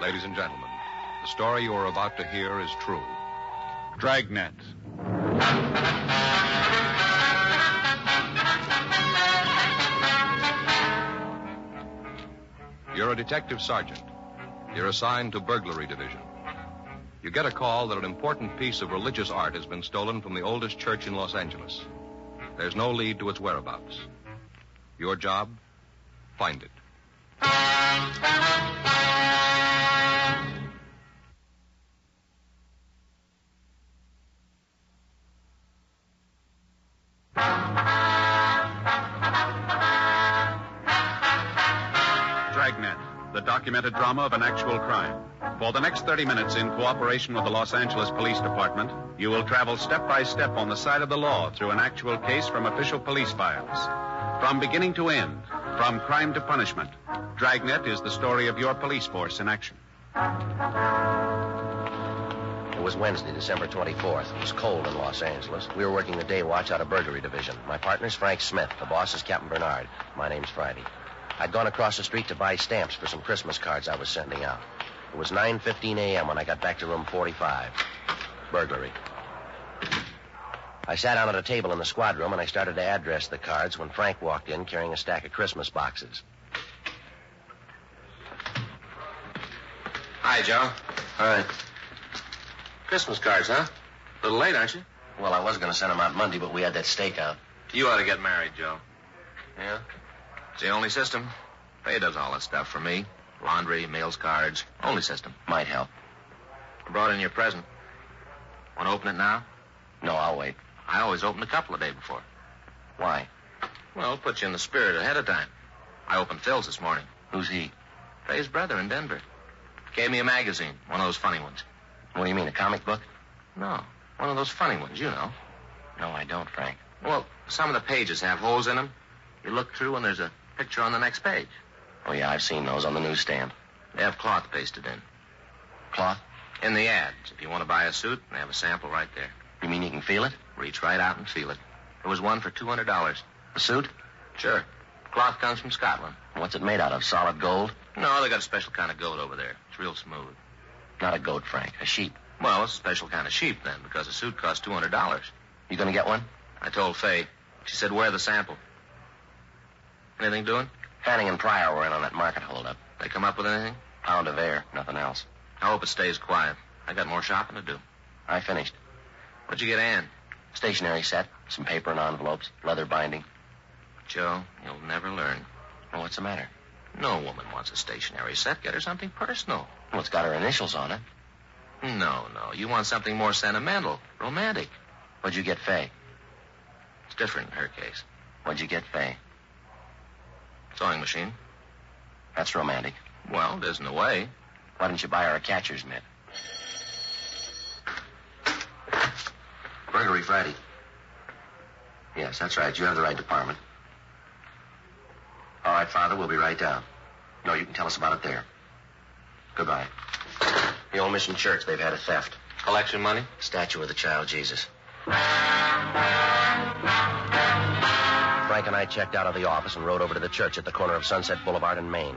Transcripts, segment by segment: Ladies and gentlemen, the story you are about to hear is true. Dragnet. You're a detective sergeant. You're assigned to burglary division. You get a call that an important piece of religious art has been stolen from the oldest church in Los Angeles. There's no lead to its whereabouts. Your job? Find it. Dragnet, the documented drama of an actual crime. For the next 30 minutes, in cooperation with the Los Angeles Police Department, you will travel step by step on the side of the law through an actual case from official police files. From beginning to end, from crime to punishment, Dragnet is the story of your police force in action. It was Wednesday, December 24th. It was cold in Los Angeles. We were working the day watch out of burglary division. My partner's Frank Smith. The boss is Captain Bernard. My name's Friday. I'd gone across the street to buy stamps for some Christmas cards I was sending out. It was 9.15 a.m. when I got back to room 45. Burglary. I sat down at a table in the squad room and I started to address the cards when Frank walked in carrying a stack of Christmas boxes. Hi, Joe. All right. Christmas cards, huh? A little late, aren't you? Well, I was going to send them out Monday, but we had that stakeout. You ought to get married, Joe. Yeah? It's the only system. They does all that stuff for me. Laundry, mails, cards. Only system. Might help. I brought in your present. Want to open it now? No, I'll wait. I always open a couple a day before. Why? Well, put you in the spirit ahead of time. I opened Phil's this morning. Who's he? Ray's brother in Denver. Gave me a magazine. One of those funny ones. What do you mean, a comic book? No, one of those funny ones, you know. No, I don't, Frank. Well, some of the pages have holes in them. You look through and there's a picture on the next page. Oh, yeah, I've seen those on the newsstand. They have cloth pasted in. Cloth? In the ads, if you want to buy a suit, they have a sample right there. You mean you can feel it? Reach right out and feel it. There was one for $200. A suit? Sure. Cloth comes from Scotland. What's it made out of? Solid gold? No, they got a special kind of goat over there. It's real smooth. Not a goat, Frank. A sheep. Well, it's a special kind of sheep then, because a suit costs two hundred dollars. You gonna get one? I told Fay. She said, "Wear the sample." Anything doing? Fanning and Pryor were in on that market holdup. They come up with anything? Pound of air, nothing else. I hope it stays quiet. I got more shopping to do. I finished. What'd you get, Ann? Stationery set, some paper and envelopes, leather binding. Joe, you'll never learn. Well, what's the matter? No woman wants a stationery set. Get her something personal. Well, it's got her initials on it. No, no. You want something more sentimental, romantic. What'd you get, Faye? It's different in her case. What'd you get, Faye? Sewing machine. That's romantic. Well, it isn't a way. Why didn't you buy her a catcher's mitt? Burglary Friday. Yes, that's right. You have the right department. All right, Father, we'll be right down. No, you can tell us about it there. Goodbye. The old mission church, they've had a theft. Collection money? Statue of the child Jesus. Frank and I checked out of the office and rode over to the church at the corner of Sunset Boulevard and Main.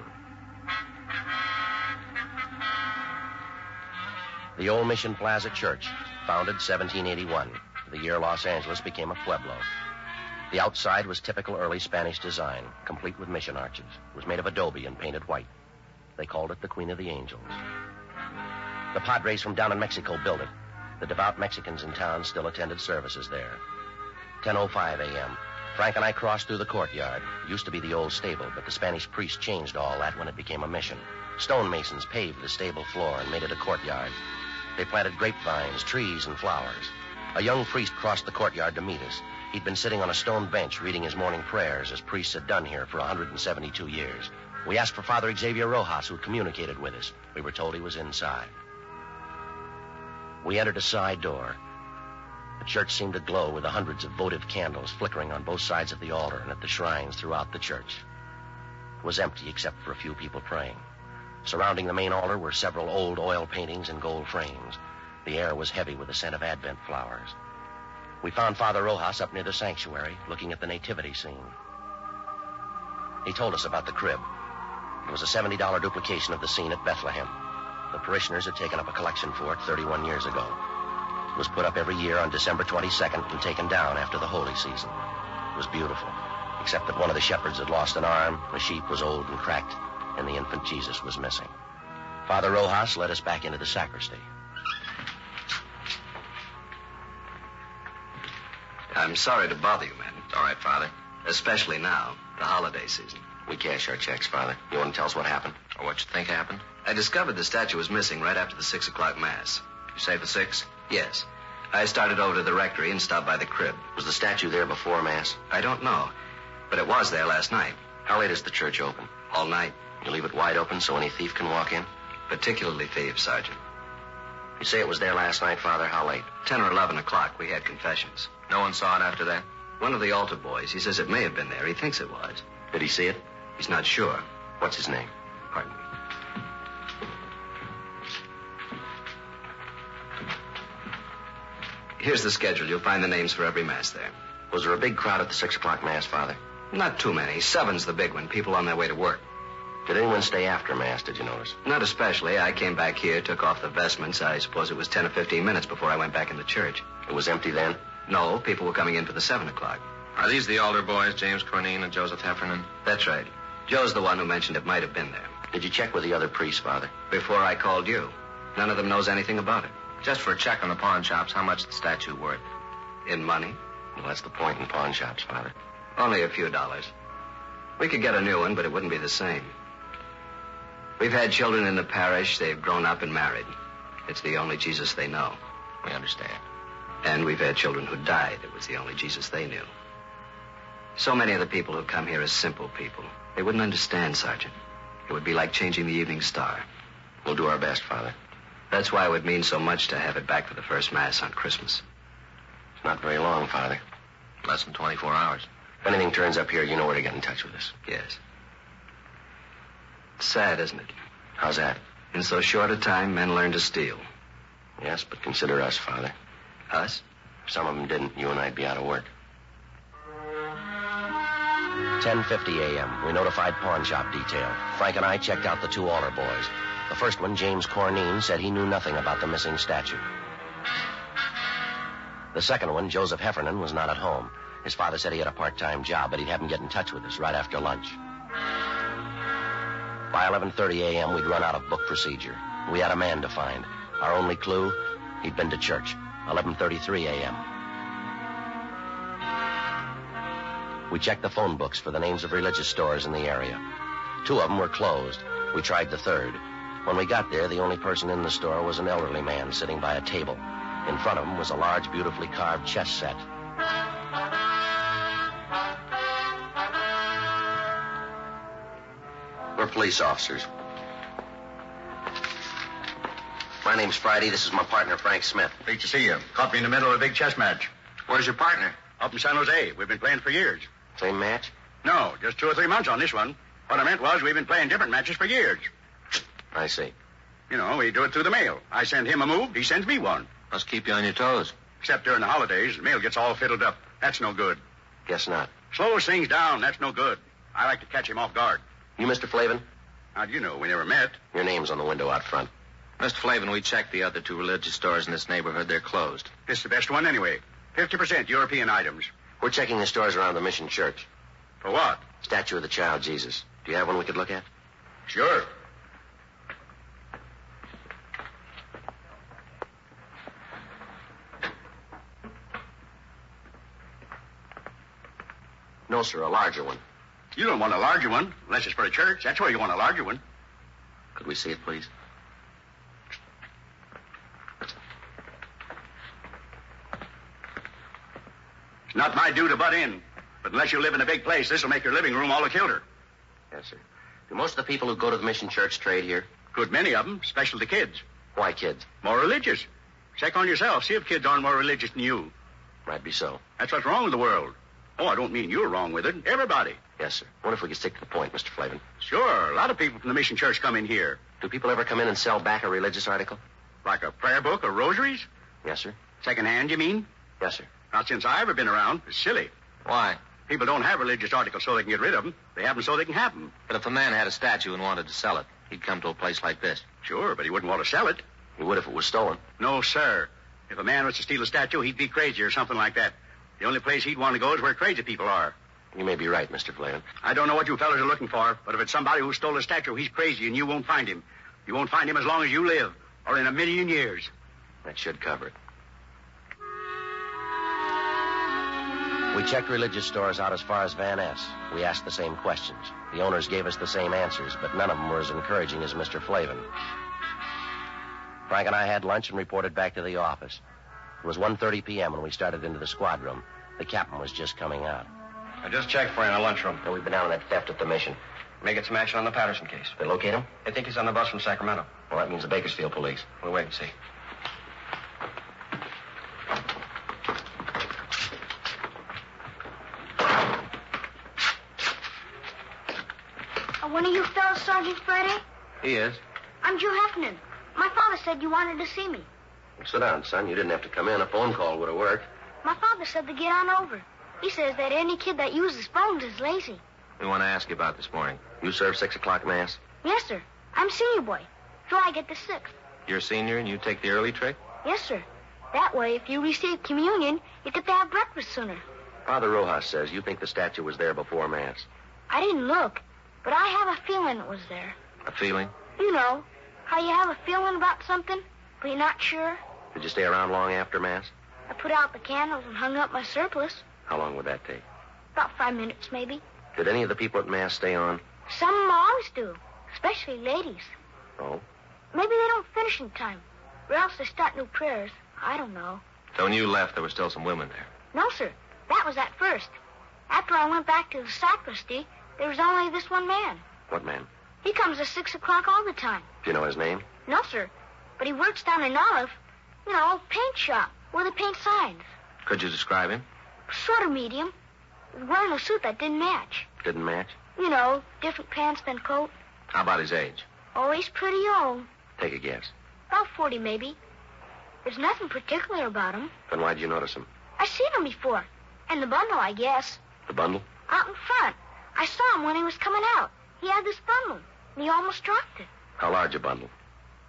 The Old Mission Plaza Church, founded 1781. the year Los Angeles became a pueblo. The outside was typical early Spanish design, complete with mission arches. It was made of adobe and painted white. They called it the Queen of the Angels. The Padres from down in Mexico built it. The devout Mexicans in town still attended services there. 10.05 a.m. Frank and I crossed through the courtyard. It used to be the old stable, but the Spanish priest changed all that when it became a mission. Stonemasons paved the stable floor and made it a courtyard. They planted grapevines, trees, and flowers. A young priest crossed the courtyard to meet us. He'd been sitting on a stone bench reading his morning prayers, as priests had done here for 172 years. We asked for Father Xavier Rojas, who communicated with us. We were told he was inside. We entered a side door. The church seemed to glow with the hundreds of votive candles flickering on both sides of the altar and at the shrines throughout the church. It was empty except for a few people praying. Surrounding the main altar were several old oil paintings in gold frames. The air was heavy with the scent of Advent flowers. We found Father Rojas up near the sanctuary, looking at the nativity scene. He told us about the crib. It was a $70 duplication of the scene at Bethlehem. The parishioners had taken up a collection for it 31 years ago. It was put up every year on December 22nd and taken down after the holy season. It was beautiful, except that one of the shepherds had lost an arm, the sheep was old and cracked, and the infant Jesus was missing. Father Rojas led us back into the sacristy. I'm sorry to bother you, man. All right, Father. Especially now, the holiday season. We cash our checks, Father. You want to tell us what happened? Or what you think happened? I discovered the statue was missing right after the six o'clock mass. You say the six? Yes. I started over to the rectory and stopped by the crib. Was the statue there before Mass? I don't know, but it was there last night, How late is the church open? all night. You leave it wide open so any thief can walk in? Particularly thieves, Sergeant. You say it was there last night, Father. How late? Ten or eleven o'clock, we had confessions. No one saw it after that? One of the altar boys, he says it may have been there. He thinks it was. Did he see it? He's not sure. What's his name? Pardon me. Here's the schedule. You'll find the names for every mass there. Was there a big crowd at the six o'clock Mass, Father? Not too many. Seven's the big one. People on their way to work. Did anyone stay after Mass, did you notice? Not especially. I came back here, took off the vestments. I suppose it was 10 or 15 minutes before I went back in the church. It was empty then? No, people were coming in for the 7 o'clock. Are these the altar boys, James Cornine and Joseph Heffernan? That's right. Joe's the one who mentioned it might have been there Did you check with the other priests, Father? before I called you. None of them knows anything about it. Just for a check on the pawn shops, how much the statue worth? In money, Well, that's the point in pawn shops, Father. only a few dollars. We could get a new one, but it wouldn't be the same. We've had children in the parish. They've grown up and married. It's the only Jesus they know. We understand. And we've had children who died. It was the only Jesus they knew. So many of the people who come here are simple people. They wouldn't understand, Sergeant. It would be like changing the evening star. We'll do our best, Father. That's why it would mean so much to have it back for the first Mass on Christmas. It's not very long, Father. Less than 24 hours. If anything turns up here, you know where to get in touch with us. Yes. It's sad, isn't it? How's that? In so short a time, men learn to steal. Yes, but consider us, Father. Us? If some of them didn't, you and I'd be out of work. 10.50 a.m. We notified pawn shop detail. Frank and I checked out the two altar boys. The first one, James Cornine, said he knew nothing about the missing statue. The second one, Joseph Heffernan, was not at home. His father said he had a part-time job, but he'd have him get in touch with us right after lunch. By 11.30 a.m., we'd run out of book procedure. We had a man to find. Our only clue, he'd been to church. 11.33 a.m. We checked the phone books for the names of religious stores in the area. Two of them were closed. We tried the third. When we got there, the only person in the store was an elderly man sitting by a table. In front of him was a large, beautifully carved chess set. We're police officers. My name's Friday. This is my partner, Frank Smith. Great to see you. Caught me in the middle of a big chess match. Where's your partner? Up in San Jose. We've been playing for years. Same match? No, just two or three months on this one. What I meant was we've been playing different matches for years. I see. You know, we do it through the mail. I send him a move, he sends me one. Must keep you on your toes. Except during the holidays, the mail gets all fiddled up. That's no good. Guess not. Slows things down. That's no good. I like to catch him off guard. You, Mr. Flavin? How'd you know? We never met. Your name's on the window out front. Mr. Flavin, we checked the other two religious stores in this neighborhood. They're closed. This is the best one anyway. 50% European items. We're checking the stores around the mission church. For what? Statue of the Child Jesus. Do you have one we could look at? Sure. No, sir, a larger one. You don't want a larger one, unless it's for a church. That's where you want a larger one. Could we see it, please? It's not my due to butt in. But unless you live in a big place, this'll make your living room all a kilter. Yes, sir. Do most of the people who go to the mission church trade here? Good many of them, especially the kids. Why, kids? More religious. Check on yourself. See if kids aren't more religious than you. Might be so. That's what's wrong with the world. Oh, I don't mean you're wrong with it. Everybody. Yes, sir. Wonder if we could stick to the point, Mr. Flavin. Sure, a lot of people from the mission church come in here. Do people ever come in and sell back a religious article? Like a prayer book or rosaries? Yes, sir. Second hand, you mean? Yes, sir. Not since I've ever been around. It's silly. Why? People don't have religious articles so they can get rid of them. They have them so they can have them. But if a man had a statue and wanted to sell it, he'd come to a place like this. Sure, but he wouldn't want to sell it. You would if it was stolen. No, sir. If a man was to steal a statue, he'd be crazy or something like that. The only place he'd want to go is where crazy people are. You may be right, Mr. Flavin. I don't know what you fellas are looking for, but if it's somebody who stole a statue, he's crazy and you won't find him. You won't find him as long as you live, or in a million years. That should cover it. We checked religious stores out as far as Van Ness. We asked the same questions. The owners gave us the same answers, but none of them were as encouraging as Mr. Flavin. Frank and I had lunch and reported back to the office. It was 1.30 p.m. when we started into the squad room. The captain was just coming out. I just checked for you in the lunchroom. Now, we've been out on that theft at the mission. May get some action on the Patterson case. They locate him? They think he's on the bus from Sacramento. Well, that means the Bakersfield police. We'll wait and see. Are Uh, one of you fellas Sergeant Friday? He is. I'm Joe Heffernan. My father said you wanted to see me. Well, sit down, son. You didn't have to come in. A phone call would have worked. My father said to get on over. He says that any kid that uses phones is lazy. We want to ask you about this morning. You serve 6 o'clock mass? Yes, sir. I'm senior boy. July get the sixth. You're a senior and you take the early trick? Yes, sir. That way, if you receive communion, you get to have breakfast sooner. Father Rojas says you think the statue was there before mass. I didn't look, but I have a feeling it was there. A feeling? You know, how you have a feeling about something, but you're not sure. Did you stay around long after mass? I put out the candles and hung up my surplice. How long would that take? About five minutes, maybe. Did any of the people at mass stay on? Some moms do, especially ladies. Oh. Maybe they don't finish in time, or else they start new prayers. I don't know. So when you left, there were still some women there. No, sir. That was at first. After I went back to the sacristy, there was only this one man. What man? He comes at six o'clock all the time. Do you know his name? No, sir. But he works down in Olive, you know, paint shop where they paint signs. Could you describe him? Sort of medium. He was Wearing a suit that didn't match. Didn't match? You know, different pants than coat. How about his age? Oh, he's pretty old. Take a guess. About 40, maybe. There's nothing particular about him. Then why'd you notice him? I've seen him before. And the bundle, I guess. The bundle? Out in front. I saw him when he was coming out. He had this bundle, and he almost dropped it. How large a bundle?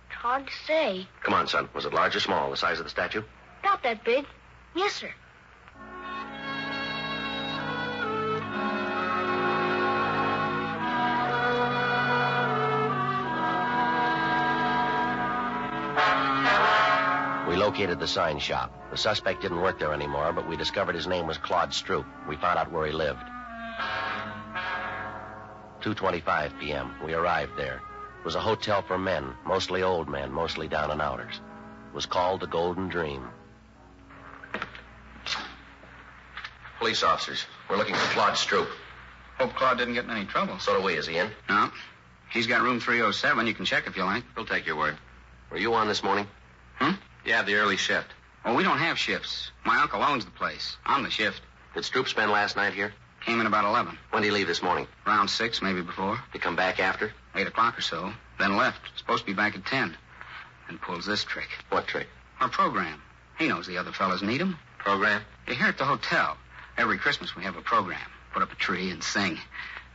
It's hard to say. Come on, son. Was it large or small, the size of the statue? About that big. Yes, sir. We located the sign shop. The suspect didn't work there anymore, but we discovered his name was Claude Stroop. We found out where he lived. 2.25 p.m. We arrived there. It was a hotel for men, mostly old men, mostly down and outers. It was called the Golden Dream. Police officers. We're looking for Claude Stroop. Hope Claude didn't get in any trouble. So do we. Is he in? No. He's got room 307. You can check if you like. We'll take your word. Were you on this morning? You have the early shift. Oh, we don't have shifts. My uncle owns the place. I'm the shift. Did Stroop spend last night here? Came in about 11. When did he leave this morning? Around 6, maybe before. Did he come back after? 8 o'clock or so. Then left. Supposed to be back at 10. And pulls this trick. What trick? Our program. He knows the other fellas need him. Program? You're here at the hotel. Every Christmas we have a program. Put up a tree and sing.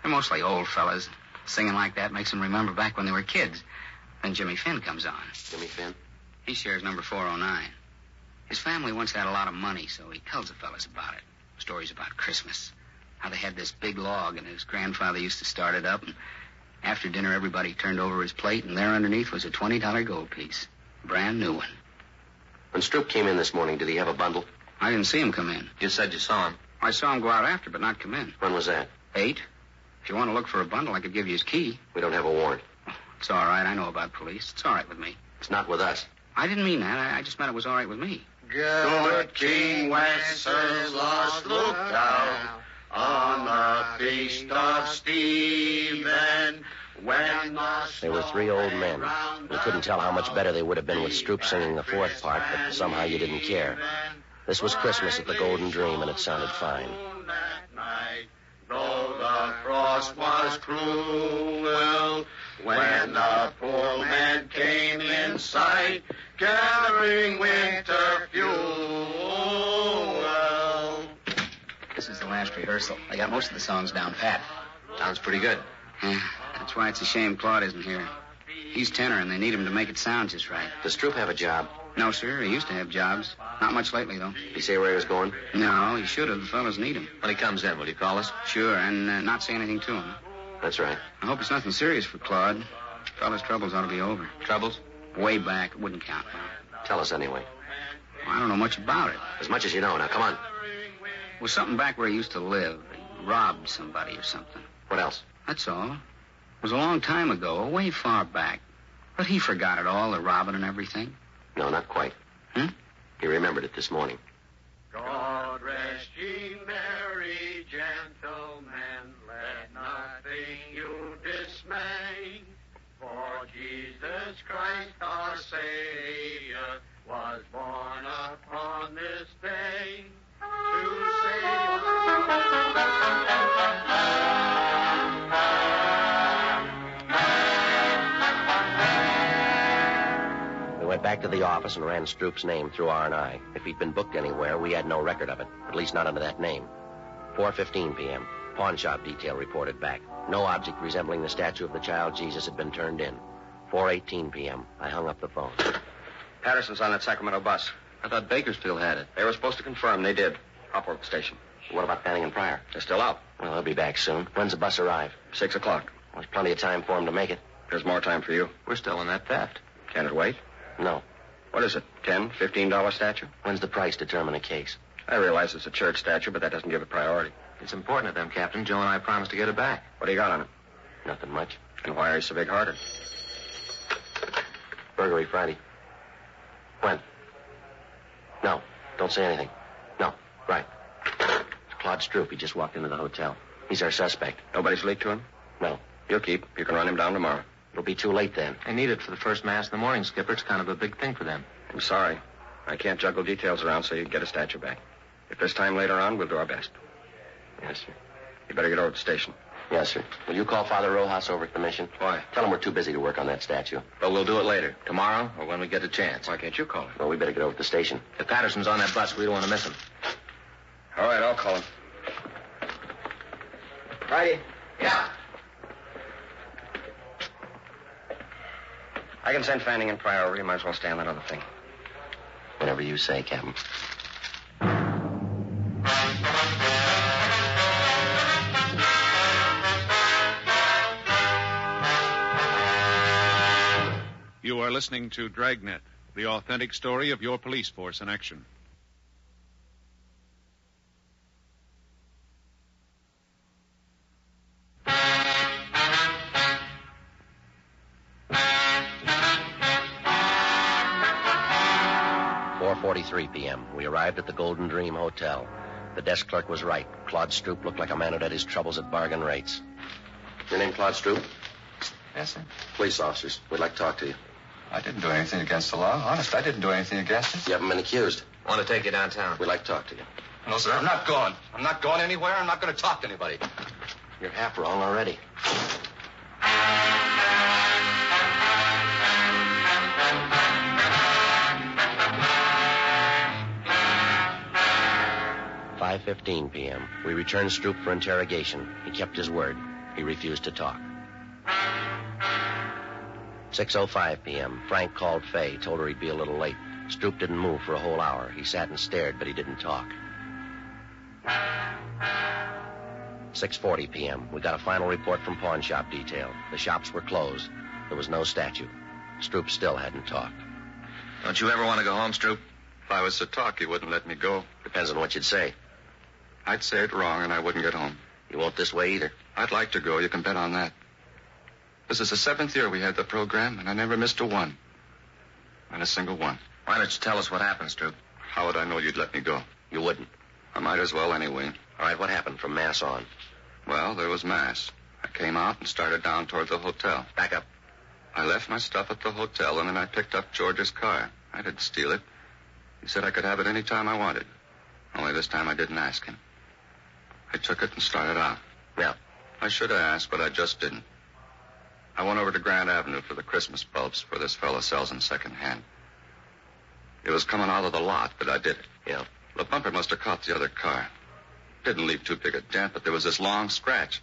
They're mostly old fellas. Singing like that makes them remember back when they were kids. Then Jimmy Finn comes on. Jimmy Finn? He shares number 409. His family once had a lot of money, so he tells the fellas about it. Stories about Christmas. How they had this big log, and his grandfather used to start it up, and after dinner everybody turned over his plate, and there underneath was a $20 gold piece. Brand new one. When Stroop came in this morning, did he have a bundle? I didn't see him come in. You said you saw him. I saw him go out after, but not come in. When was that? Eight. If you want to look for a bundle, I could give you his key. We don't have a warrant. Oh, It's all right. I know about police. It's all right with me. It's not with us. I didn't mean that. I, I just meant it was all right with me. Gilbert King Wenceslas looked out on the feast of Stephen when the They were three old men. We couldn't tell how much better they would have been with Stroop singing the fourth part, but somehow you didn't care. This was Christmas at the Golden Dream, and it sounded fine. that night, though the frost was cruel, when the poor man came in sight, gathering winter fuel. This is the last rehearsal. I got most of the songs down pat. Sounds pretty good. Yeah, that's why it's a shame Claude isn't here. He's tenor, and they need him to make it sound just right. Does Stroop have a job? No, sir. He used to have jobs. Not much lately, though. Did he say where he was going? No, he should have. The fellas need him. When he comes in, will you call us? Sure, and uh, not say anything to him. That's right. I hope it's nothing serious for Claude. Fella's troubles ought to be over. Troubles? Way back, it wouldn't count. Tell us anyway. I don't know much about it. As much as you know. Now, come on. It was something back where he used to live. He robbed somebody or something. What else? That's all. It was a long time ago, way far back. But he forgot it all, the robbing and everything. No, not quite. Hmm? He remembered it this morning. God rest ye merry gentlemen, let nothing you dismay. For Jesus Christ our Savior was born upon this day to save We went back to the office and ran Stroop's name through R&I. If he'd been booked anywhere, we had no record of it, at least not under that name. 4.15 p.m. Pawn shop detail reported back. No object resembling the statue of the child Jesus had been turned in. 4.18 p.m. I hung up the phone. Patterson's on that Sacramento bus. I thought Bakersfield had it. They were supposed to confirm. They did. Hopper station. What about Fanning and Pryor? They're still out. Well, they'll be back soon. When's the bus arrive? Six o'clock. There's plenty of time for him to make it. There's more time for you. We're still in that theft. Can it wait? No. What is it? Ten, fifteen dollar statue? When's the price determine a case? I realize it's a church statue, but that doesn't give it priority. It's important to them, Captain. Joe and I promised to get it back. What do you got on it? Nothing much. And why are you so big hearted? Burglary Friday. When? No. Don't say anything. No. Right. It's Claude Stroop. He just walked into the hotel. He's our suspect. Nobody's leaked to him? No. You'll keep. You can run him down tomorrow. It'll be too late then. They need it for the first mass in the morning, Skipper. It's kind of a big thing for them. I'm sorry. I can't juggle details around so you can get a statue back. If there's time later on, we'll do our best. Yes, sir. You better get over to the station. Yes, sir. Will you call Father Rojas over at the mission? Why? Tell him we're too busy to work on that statue. But we'll do it later, tomorrow, or when we get a chance. Why can't you call him? Well, we better get over to the station. If Patterson's on that bus, we don't want to miss him. All right, I'll call him. Friday. Yeah. I can send Fanning and Pryor over. You might as well stay on that other thing. Whatever you say, Captain. You are listening to Dragnet, the authentic story of your police force in action. Four forty-three p.m. We arrived at the Golden Dream Hotel. The desk clerk was right. Claude Stroop looked like a man who'd had his troubles at bargain rates. Your name, Claude Stroop? Yes, sir. Police officers. We'd like to talk to you. I didn't do anything against the law. Honest, I didn't do anything against it. You haven't been accused. Want to take you downtown? We'd like to talk to you. No, sir. I'm not going. I'm not going anywhere. I'm not going to talk to anybody. You're half wrong already. Five fifteen p.m. We returned Stroop for interrogation. He kept his word. He refused to talk. Six oh five p.m. Frank called Fay, told her he'd be a little late. Stroop didn't move for a whole hour. He sat and stared, but he didn't talk. 6:40 p.m. We got a final report from pawn shop detail. The shops were closed. There was no statue. Stroop still hadn't talked. Don't you ever want to go home, Stroop? If I was to talk, you wouldn't let me go. Depends on what you'd say. I'd say it wrong, and I wouldn't get home. You won't this way either. I'd like to go. You can bet on that. This is the seventh year we had the program, and I never missed a one. Not a single one. Why don't you tell us what happened, Stroop? How would I know you'd let me go? You wouldn't. I might as well anyway. All right, what happened from mass on? Well, there was mass. I came out and started down toward the hotel. Back up. I left my stuff at the hotel, and then I picked up George's car. I didn't steal it. He said I could have it any time I wanted. Only this time I didn't ask him. I took it and started out. Well, I should have asked, but I just didn't. I went over to Grand Avenue for the Christmas bulbs where this fellow sells them secondhand. It was coming out of the lot, but I did it. Yeah. The bumper must have caught the other car. Didn't leave too big a dent, but there was this long scratch.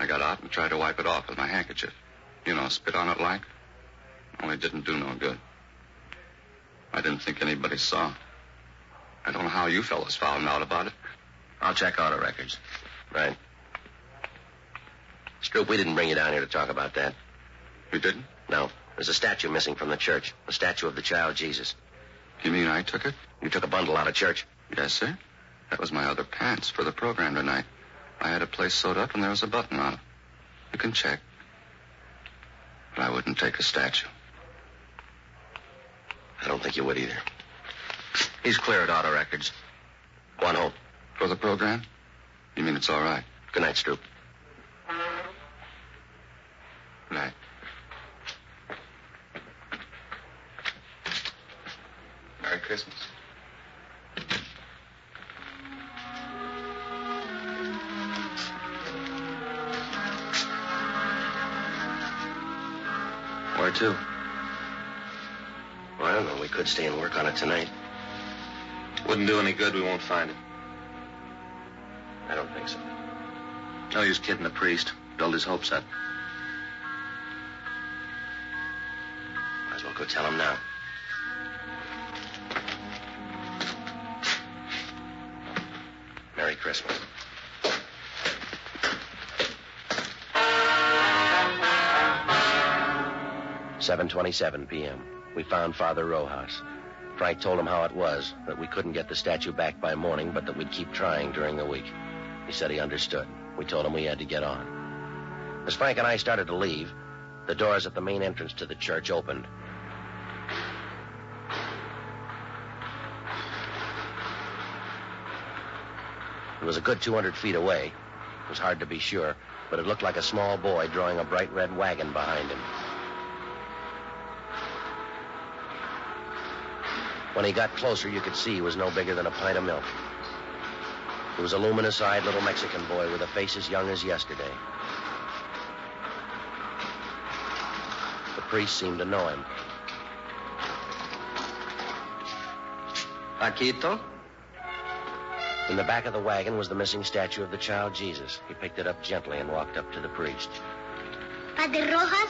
I got out and tried to wipe it off with my handkerchief. You know, spit on it like. Only didn't do no good. I didn't think anybody saw. I don't know how you fellas found out about it. I'll check auto records. Right. Stroop, we didn't bring you down here to talk about that. You didn't? No. There's a statue missing from the church. The statue of the child Jesus. You mean I took it? You took a bundle out of church. Yes, sir. That was my other pants for the program tonight. I had a place sewed up and there was a button on it. You can check. But I wouldn't take a statue. I don't think you would either. He's clear at auto records. Go on home. For the program? You mean it's all right? Good night, Stroop. Good night. Merry Christmas. Where to? Well, I don't know. We could stay and work on it tonight. Wouldn't do any good. We won't find it. I don't think so. No use kidding the priest. Build his hopes up. Might as well go tell him now. Merry Christmas. Seven twenty-seven p.m. We found Father Rojas. Frank told him how it was that we couldn't get the statue back by morning, but that we'd keep trying during the week. He said he understood. We told him we had to get on. As Frank and I started to leave, the doors at the main entrance to the church opened. It was a good 200 feet away. It was hard to be sure, but it looked like a small boy drawing a bright red wagon behind him. When he got closer, you could see he was no bigger than a pint of milk. He was a luminous eyed little Mexican boy with a face as young as yesterday. The priest seemed to know him. Paquito? In the back of the wagon was the missing statue of the child Jesus. He picked it up gently and walked up to the priest. Padre Rojas?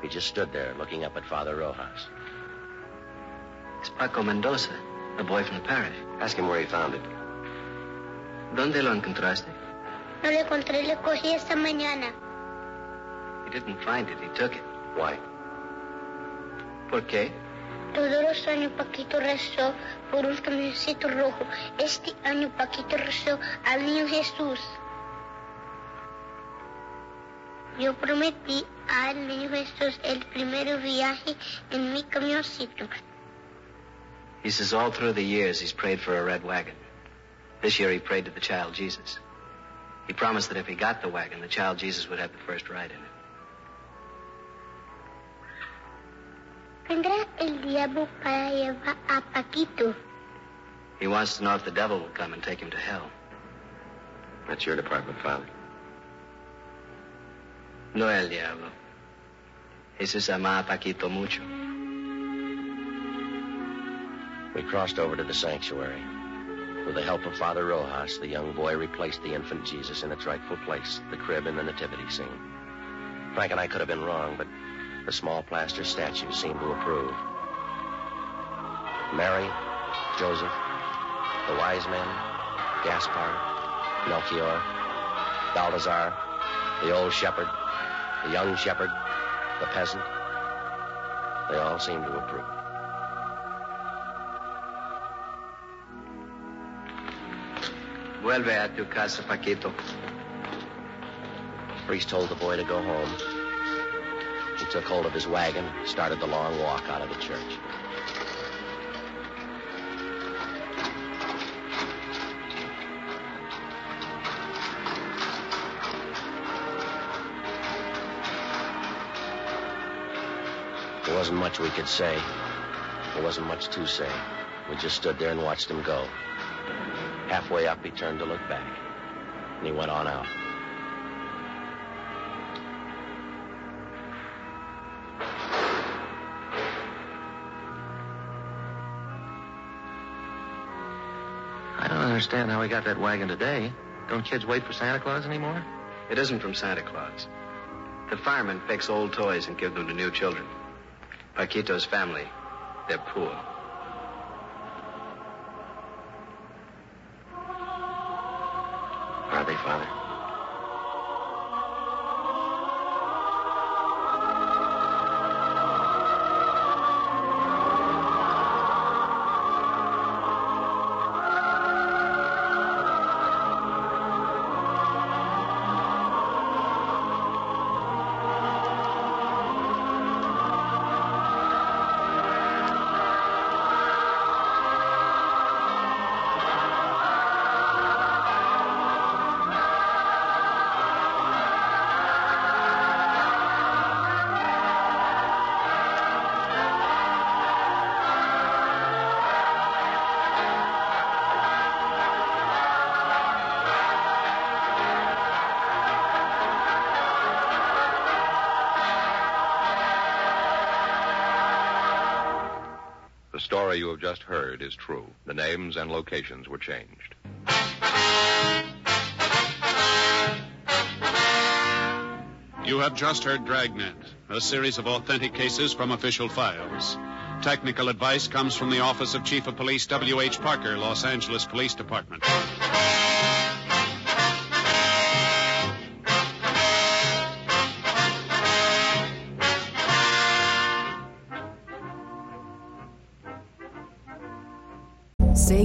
He just stood there looking up at Father Rojas. It's Paco Mendoza, the boy from the parish. Ask him where he found it. ¿Dónde lo encontraste? No lo encontré, lo cogí esta mañana. He didn't find it. He took it. Why? ¿Por qué? Todos los años Paquito rezó por un camioncito rojo. Este año Paquito rezó al niño Jesús. Yo prometí al niño Jesús el primer viaje en mi camioncito. He says all through the years he's prayed for a red wagon. This year he prayed to the child Jesus. He promised that if he got the wagon, the child Jesus would have the first ride in it. Vendrá el diablo para llevar a Paquito. He wants to know if the devil will come and take him to hell. That's your department, Father. No el diablo. Jesús ama a Paquito mucho. We crossed over to the sanctuary. With the help of Father Rojas, the young boy replaced the infant Jesus in its rightful place, the crib in the nativity scene. Frank and I could have been wrong, but the small plaster statue seemed to approve. Mary, Joseph, the wise men, Gaspar, Melchior, Balthazar, the old shepherd, the young shepherd, the peasant. They all seemed to approve. Vuelve a tu casa, Paquito. The priest told the boy to go home. He took hold of his wagon, started the long walk out of the church. There wasn't much we could say. There wasn't much to say. We just stood there and watched him go. Halfway up, he turned to look back, and he went on out. I don't understand how he got that wagon today. Don't kids wait for Santa Claus anymore? It isn't from Santa Claus. The firemen fix old toys and give them to new children. Paquito's family, they're poor. Are they, Father? The story you have just heard is true. The names and locations were changed. You have just heard Dragnet, a series of authentic cases from official files. Technical advice comes from the Office of Chief of Police W.H. Parker, Los Angeles Police Department. Say